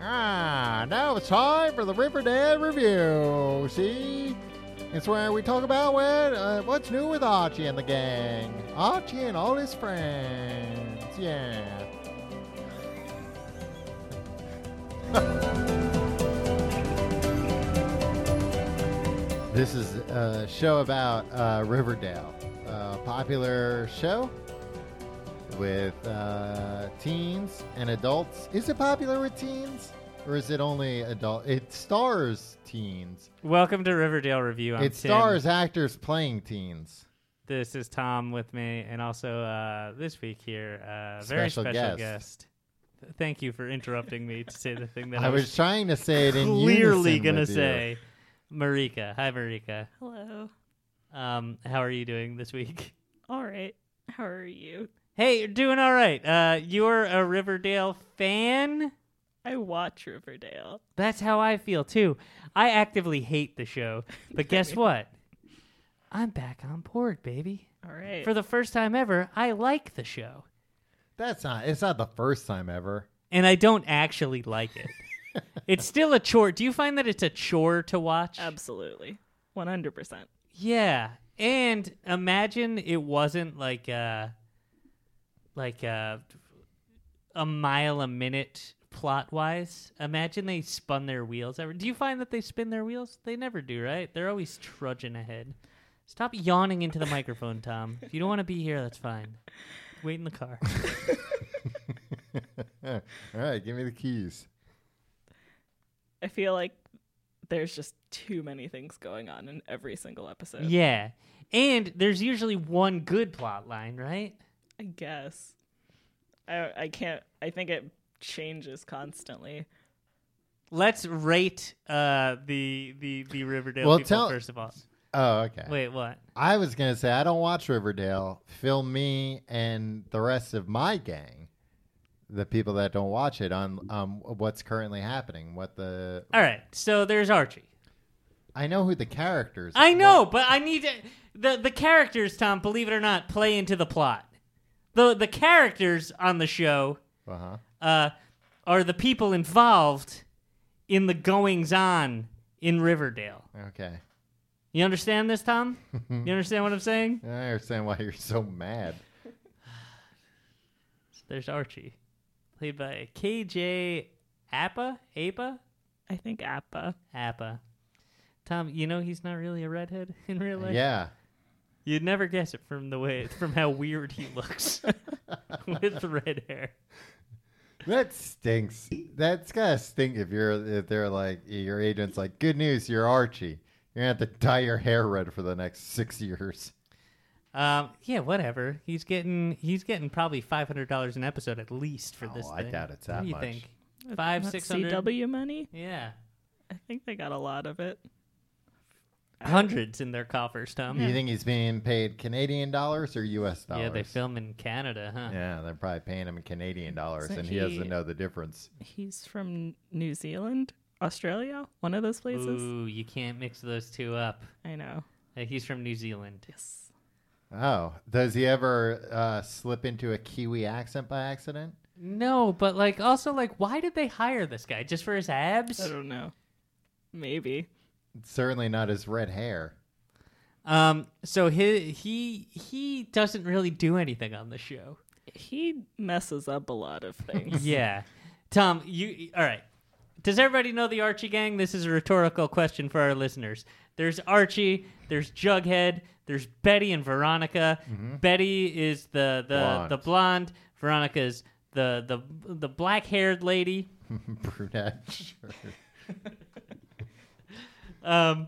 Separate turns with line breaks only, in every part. Ah, now it's time for the Riverdale Review. See? It's where we talk about what, uh, what's new with Archie and the gang. Archie and all his friends. Yeah. This is a show about uh, Riverdale, a popular show with uh, teens and adults. Is it popular with teens, or is it only adult? It stars teens.
Welcome to Riverdale Review. I'm
it
Tim.
stars actors playing teens.
This is Tom with me, and also uh, this week here, uh, very
Special
special
guest.
guest. Th- Thank you for interrupting me to say the thing that
I was trying to say it in
clearly
unison
gonna
with you.
say. Marika, hi Marika.
Hello.
Um, how are you doing this week?
All right. How are you?
Hey, you're doing all right. Uh, you're a Riverdale fan.
I watch Riverdale.
That's how I feel too. I actively hate the show, but guess what? I'm back on board, baby.
All right.
For the first time ever, I like the show.
That's not. It's not the first time ever.
and I don't actually like it. it's still a chore. Do you find that it's a chore to watch?
Absolutely. 100%.
yeah. And imagine it wasn't like a like a a mile a minute plot wise. Imagine they spun their wheels ever. Do you find that they spin their wheels? They never do, right? They're always trudging ahead. Stop yawning into the microphone, Tom. If you don't want to be here, that's fine. Wait in the car.
all right, give me the keys.
I feel like there's just too many things going on in every single episode.
yeah. And there's usually one good plot line, right?
I guess. I, I can't. I think it changes constantly.
Let's rate uh, the the the Riverdale
Well,
people
tell-
first of all.
Oh, okay.
Wait, what?
I was gonna say I don't watch Riverdale. Film me and the rest of my gang, the people that don't watch it, on um what's currently happening. What the
All right, so there's Archie.
I know who the characters.
I
are.
know, but I need to, the the characters. Tom, believe it or not, play into the plot. the The characters on the show
Uh-huh.
uh, are the people involved in the goings on in Riverdale.
Okay.
You understand this, Tom? you understand what I'm saying?
I understand why you're so mad.
There's Archie, played by KJ Appa. Apa.
I think Appa.
Appa. Tom, you know he's not really a redhead in real life.
yeah.
you'd never guess it from the way from how weird he looks with red hair.
That stinks. That's gotta stink if you're if they're like your agent's like, good news, you're Archie. You're gonna have to dye your hair red for the next six years.
Um, yeah, whatever. He's getting he's getting probably five hundred dollars an episode at least for this.
Oh, I
thing.
doubt it's
What
that
do you
much.
think? Five,
That's
six hundred.
CW money?
Yeah,
I think they got a lot of it.
hundreds in their coffers, Tom.
Do you think he's being paid Canadian dollars or U.S. dollars?
Yeah, they film in Canada, huh?
Yeah, they're probably paying him in Canadian dollars,
Isn't
and he doesn't
he-
know the difference.
He's from New Zealand, Australia, one of those places.
Ooh, you can't mix those two up.
I know.
Uh, he's from New Zealand.
Yes.
Oh, does he ever uh, slip into a Kiwi accent by accident?
No, but like also like, why did they hire this guy just for his abs?
I don't know. Maybe.
Certainly not his red hair.
Um, so he he he doesn't really do anything on the show.
He messes up a lot of things.
yeah, Tom, you all right? Does everybody know the Archie gang? This is a rhetorical question for our listeners. There's Archie. There's Jughead. There's Betty and Veronica. Betty is the the
Blonde.
the Mm-hmm. blonde. Veronica's the the the black haired lady.
Brunette. Sure.
um,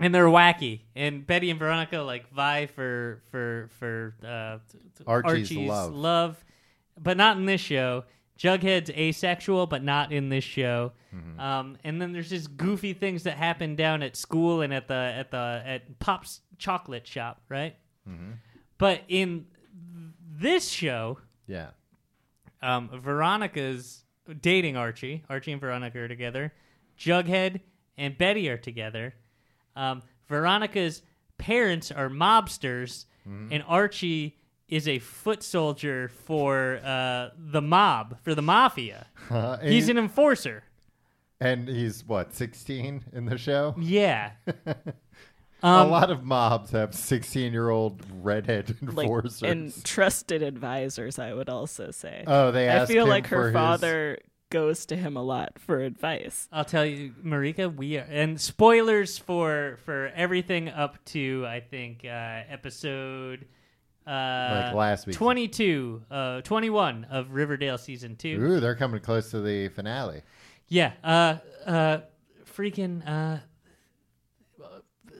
and they're wacky. And Betty and Veronica like vie for for for uh,
Archie's love.
but not in this show. Jughead's asexual, but not in this show.
Mm-hmm.
Um, and then there's just goofy things that happen down at school and at the at the at Pop's chocolate shop, right?
Mm-hmm.
But in this show,
Yeah.
um, Veronica's dating Archie. Archie and Veronica are together. Jughead and Betty are together. Um, Veronica's parents are mobsters, and Archie is a foot soldier for uh, the mob, for the mafia.
Uh, and,
He's an enforcer.
and he's what 16 in the show.
Yeah.
a
Um,
lot of mobs have 16 year old redhead
like
enforcers.
and trusted advisors. I would also say.
oh, they
I
asked
feel
him
like
for
her
his-
father goes to him a lot for advice.
I'll tell you, Marika, we are and spoilers for for everything up to I think uh episode uh
Like last week's-
22 uh 21 of Riverdale season 2.
Ooh, they're coming close to the finale.
Yeah, uh uh freaking uh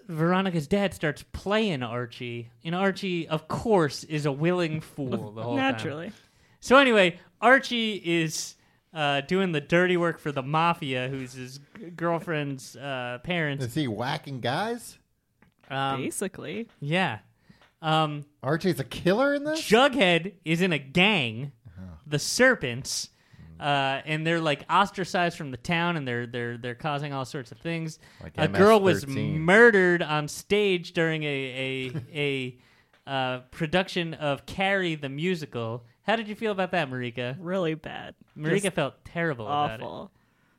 Veronica's dad starts playing Archie, and Archie, of course, is a willing fool the whole time.
Naturally.
So anyway, Archie is uh, doing the dirty work for the mafia, who's his g- girlfriend's uh, parents.
Is he whacking guys?
Um,
Basically,
yeah. Um,
Archie's a killer in this?
Jughead is in a gang, the Serpents, uh, and they're like ostracized from the town, and they're they're they're causing all sorts of things.
Like
a girl was
MS-13.
murdered on stage during a a, a uh, production of Carrie the musical. How did you feel about that, Marika?
really bad.
Marika
Just
felt terrible about it.
awful.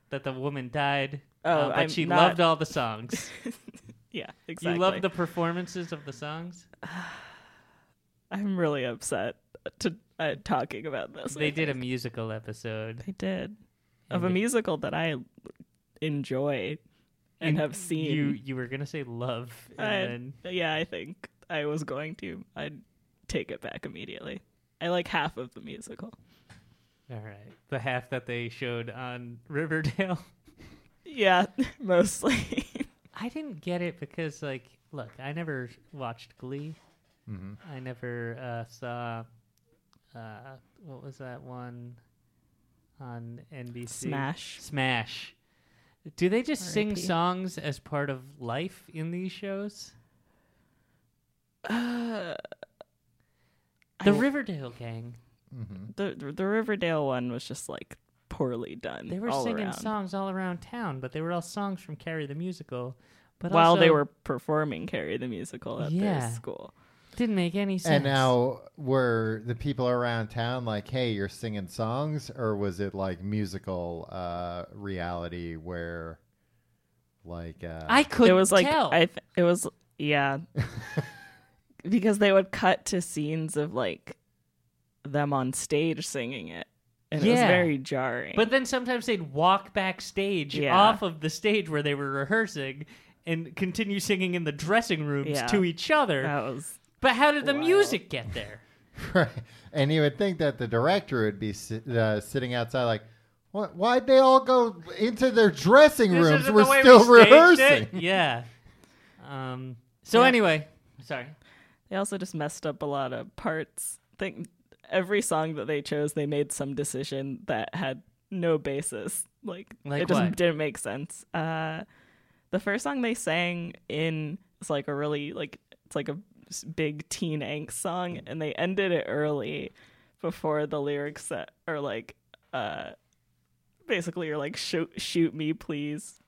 that the woman died.
Oh,
uh, but
I'm
she loved
not-
all the songs.
Yeah, exactly.
You loved the performances of the songs.
I'm really upset to uh, talking about this.
They
I
did a
think.
musical episode.
They did of a
And-
musical that I enjoy and, have seen.
You you were gonna say love,
I-
and
yeah, I think I was going to. I'd take it back immediately. I like half of the musical.
then all right, the half that they showed on Riverdale.
Yeah, mostly.
I didn't get it because like, look, I never watched Glee.
Mm-hmm.
I never uh, saw. Uh, what was that one on NBC?
Smash.
Smash. Do they just sing
R.I.P..
songs as part of life in these shows?
Uh,
The
I-
Riverdale Gang.
the the Riverdale one was just like poorly done.
They were
all
singing
around.
songs all around town, but they were all songs from Carrie the Musical. But
while they
also
were performing Carrie the musical at
Yeah.
their school.
didn't make any sense.
And now were the people around town like, hey, you're singing songs? Or was it like musical uh, reality where like. Uh,
I couldn't
it was like
tell.
I th- it was yeah. because they would cut to scenes of like them on stage singing it. And it was
Yeah.
very jarring.
But then sometimes they'd walk backstage
Yeah.
off of the stage where they were rehearsing and continue singing in the dressing rooms
Yeah.
to each other.
that was
but how did the
wild.
music get there?
Right. And you would think that the director would be sit, uh, sitting outside, like, what, why'd they all go into their dressing
This
rooms?
isn't
We're
the way
still
we staged
rehearsing.
it." Yeah. Um, so
Yeah.
anyway, sorry.
they also just messed up a lot of parts. Think every song that they chose they made some decision that had no basis. Like,
Like
it just
what?
didn't make sense. Uh the first song they sang in is like a really like it's like a s- big teen angst song and they ended it early before the lyrics that are like uh basically are like shoot shoot me please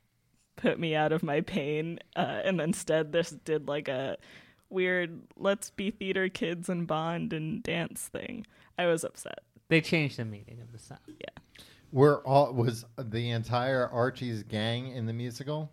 put me out of my pain uh and instead this did like a weird let's be theater kids and bond and dance thing i was upset
They changed the meaning of the song.
We're all, was the entire Archie's gang in the musical?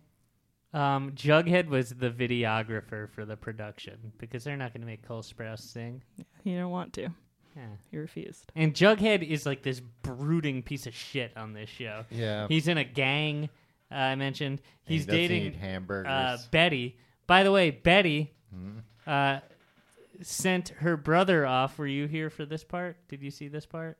Um, Jughead was the videographer for the production because they're not going to make Cole Sprouse sing.
you don't want to
Yeah.
you refused
And Jughead is like this brooding piece of shit on this show.
Yeah.
He's in a gang. Uh, I mentioned
He
he's
doesn't eat
dating
hamburgers. Hmm.
uh, Betty. By the way, Betty uh, sent her brother off. Were you here for this part? Did you see this part?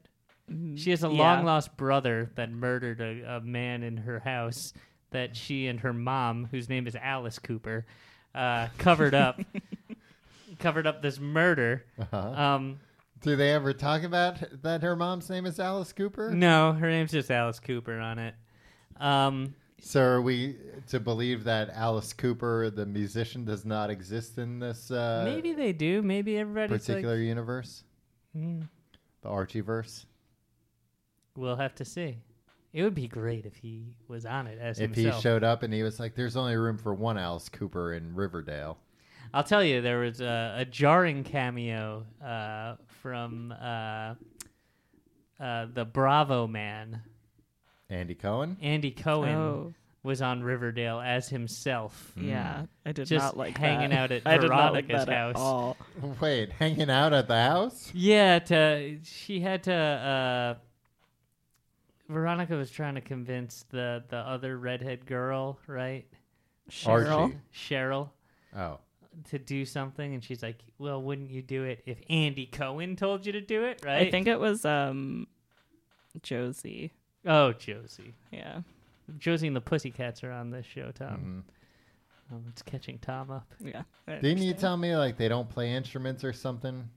She has a
yeah.
long lost brother that murdered a, a man in her house that she and her mom, whose name is Alice Cooper, uh, covered up. covered up this murder.
uh-huh.
Um,
Do they ever talk about that her mom's name is Alice Cooper?
no, her name's just Alice Cooper on it. Um,
So are we to believe that Alice Cooper, the musician, does not exist in this uh,
maybe they do. Maybe everybody's like, Hmm.
particular universe? The Archieverse?
We'll have to see. It would be great if he was on it as
if he
himself.
showed up and he was like, "There's only room for one Alice Cooper in Riverdale,"
I'll tell you, there was a, a jarring cameo uh, from uh, uh, the Bravo man,
Andy Cohen.
Andy Cohen,
Oh.
was on Riverdale as himself.
Yeah, I did
Hmm. Just
not like
hanging
that.
out at
I did not like
Veronica's
that at
house.
all.
Wait, hanging out at the house?
Yeah, to she had to. Uh, Veronica was trying to convince the the other redhead girl, right,
Archie.
Cheryl,
Cheryl,
Oh.
to do something, and she's like, "Well, wouldn't you do it if Andy Cohen told you to do it?" Right?
I think it was um, Josie.
Oh, Josie,
Yeah,
Josie and the Pussycats are on this show, Tom.
Mm-hmm.
Um, it's catching Tom up.
yeah. I
Didn't you
understand.
tell me like they don't play instruments or something?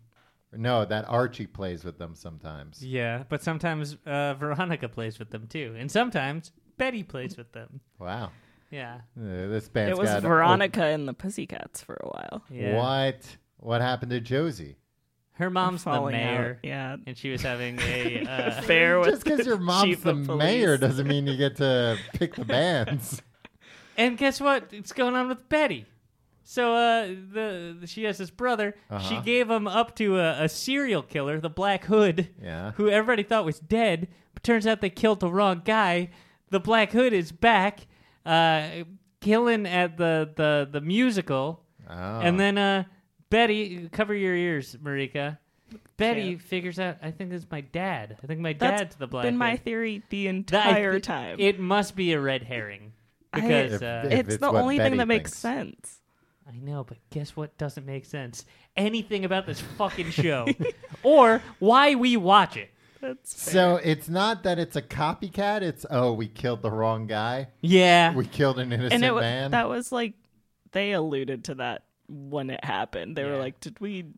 No, that Archie plays with them sometimes.
Yeah, but sometimes uh, Veronica plays with them too, and sometimes Betty plays with them.
Wow.
Yeah,
Uh, This band's
It was
got
Veronica and the Pussycats for a while.
yeah.
What? What happened to Josie?
Her mom's the
Falling out.
mayor.
Yeah,
and she was having a uh,
fair with
Just because your mom's
chief
the
of police.
mayor doesn't mean you get to pick the bands.
and guess what it's going on with betty so uh the she has this brother she
Uh-huh.
gave him up to a, a serial killer the black hood
Yeah.
who everybody thought was dead but turns out they killed the wrong guy the black hood is back uh killing at the the the musical
Oh.
and then uh betty cover your ears marika Betty
Yeah.
figures out. I think it's my dad. I think my
That's
dad's the black.
been my
Hood."
theory the
That I
entire
thi-
time.
It must be a red herring
I-
because
If-
uh,
if
it's,
it's
the
what
only
Betty
thing that makes
thinks.
sense.
I know, but guess what doesn't make sense? Anything about this fucking show or why we watch it.
That's fair.
so it's not that it's a copycat. It's oh, we killed the wrong guy.
Yeah.
We killed an innocent
and it wa-
man.
that was like they alluded to that when it happened. They were
Yeah.
like, "Did we?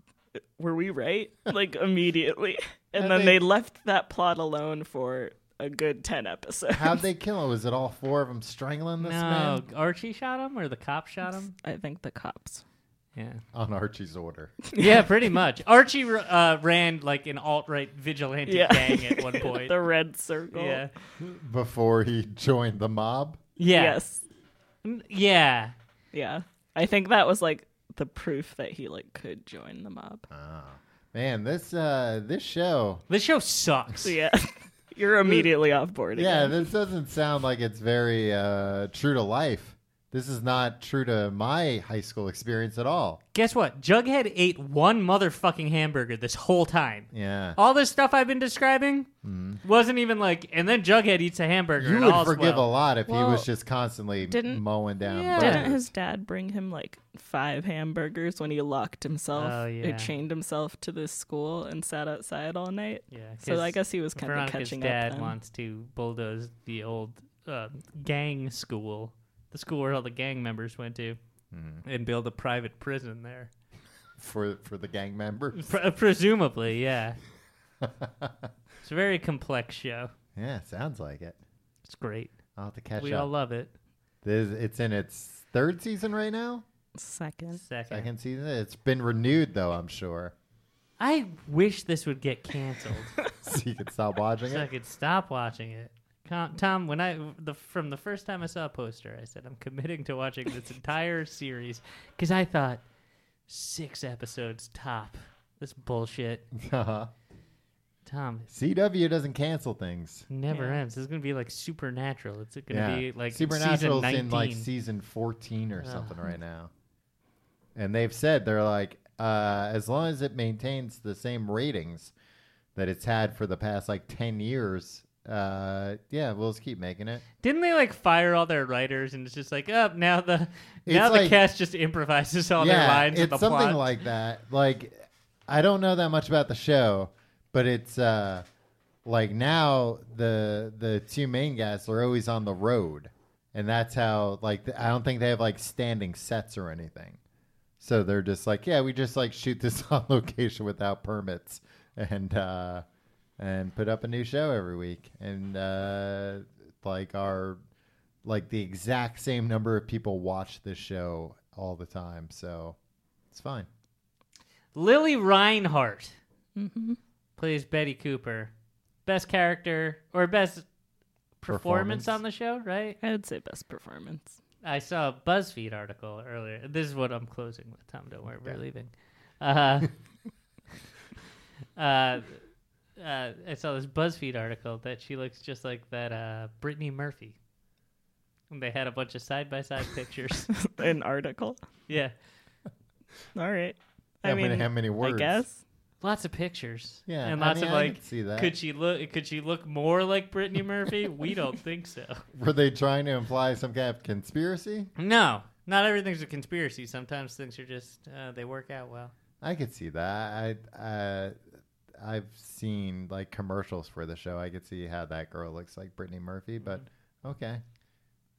Were we right?" Like immediately, and
And
then
they-
they left that plot alone for a good ten episodes.
How'd they kill him? Was it all four of them strangling this
no,
man
Archie shot him or the cop shot him?
I think the cops.
Yeah.
on Archie's order?
Yeah, pretty much. Archie uh, ran like an alt right vigilante
Yeah.
gang at one point.
the red circle.
yeah.
before he joined the mob.
Yeah.
Yes.
N- Yeah.
Yeah. I think that was like the proof that he like could join the mob.
Man, this uh this show.
This show sucks.
Yeah. You're immediately off board.
Yeah,
again.
this doesn't sound like it's very uh true to life. This is not true to my high school experience at all.
Guess what? Jughead ate one motherfucking hamburger this whole time.
Yeah.
All this stuff I've been describing wasn't even like, and then Jughead eats a hamburger.
Mm-hmm. you
and
would
all's
forgive a
well.
lot if
Well,
he was just constantly
didn't-
mowing down.
Yeah.
birds.
Didn't his dad bring him like five hamburgers when he locked himself?
Oh, yeah.
He chained himself to this school and sat outside all night.
Yeah,
So I
'cause
guess he was kind of
Veronica's
catching
dad
up. then.
wants to bulldoze the old uh, gang school, the school where all the gang members went to, and build a private prison there.
for for the gang members.
Pre- uh, presumably, yeah. it's a very complex show.
Yeah, sounds like it.
It's great.
I'll have to catch
we
up.
all love it.
this it's in its third season right now.
Second.
Second.
Second season. It's been renewed though, I'm sure.
I wish this would get canceled
So you can stop watching
so I
it.
could stop watching it. Com- Tom, when I the from the first time I saw a poster, I said I'm committing to watching this entire series because I thought six episodes top. This bullshit.
Uh-huh.
Tom, it
CW doesn't cancel things.
never
Yeah.
ends. This is gonna be like Supernatural. It's gonna
yeah.
be like
Supernatural's
season 19.
in like season 14 or something right now. And they've said they're like uh, as long as it maintains the same ratings that it's had for the past like 10 years, uh, yeah, we'll just keep making it.
Didn't they like fire all their writers and it's just like, oh, now the now
It's
the
like-
cast just improvises all their
yeah,
lines
it's
and the
something
plot.
like that. Like I don't know that much about the show, but it's uh, like now the the two main guys are always on the road, and that's how like th- I don't think they have like standing sets or anything. So they're just like, yeah, we just like shoot this on location without permits and uh and put up a new show every week. And uh like our like the exact same number of people watch this show all the time. So it's fine.
Lily Reinhart
Mm-hmm.
plays Betty Cooper. Best character or best performance,
Performance.
on the show, right?
I would say best performance.
I saw a BuzzFeed article earlier. This is what I'm closing with, Tom. Don't worry, we're leaving. Uh, uh, uh, I saw this BuzzFeed article that she looks just like that uh, Brittany Murphy. And they had a bunch of side by side pictures.
An article.
Yeah,
All right.
How
I
many-
mean,
how many words?
I guess.
lots of pictures.
Yeah,
and
I
lots
mean,
of
I
like.
could see that.
Could she look? Could she look more like Brittany Murphy? we don't think so.
Were they trying to imply some kind of conspiracy?
No, not everything's a conspiracy. Sometimes things are just uh, they work out well.
I could see that. I uh, I've seen like commercials for the show. I could see how that girl looks like Brittany Murphy, but
Mm-hmm.
okay,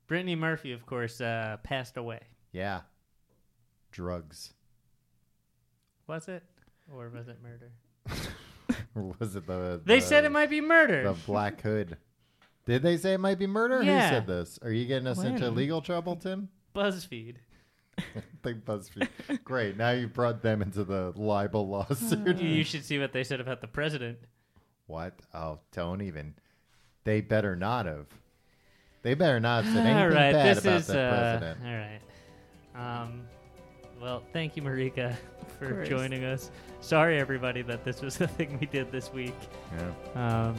Brittany Murphy, of course, uh, passed away.
yeah, drugs
Was it? Or was it murder?
or was it the?
They
the-
said it might be murder.
Uh, the black hood. Did they say it might be murder?
Yeah.
Who said this? Are you getting us into
When?
legal trouble, Tim?
BuzzFeed.
Think BuzzFeed. Great. Now you brought them into the libel lawsuit.
You should see what they said about the president.
What? Oh, don't even. They better not have. They better not have said anything
all right,
bad
this
about
is
that
uh,
president.
all right. Um, well, thank you, Marika, for
course.
joining us. Sorry, everybody, that this was the thing we did this week.
Yeah.
Um,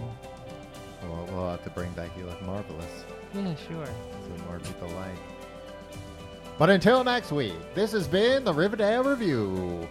We'll, we'll have to bring back You Look Marvelous
yeah, sure.
so more people like. But until next week, this has been the Riverdale Review.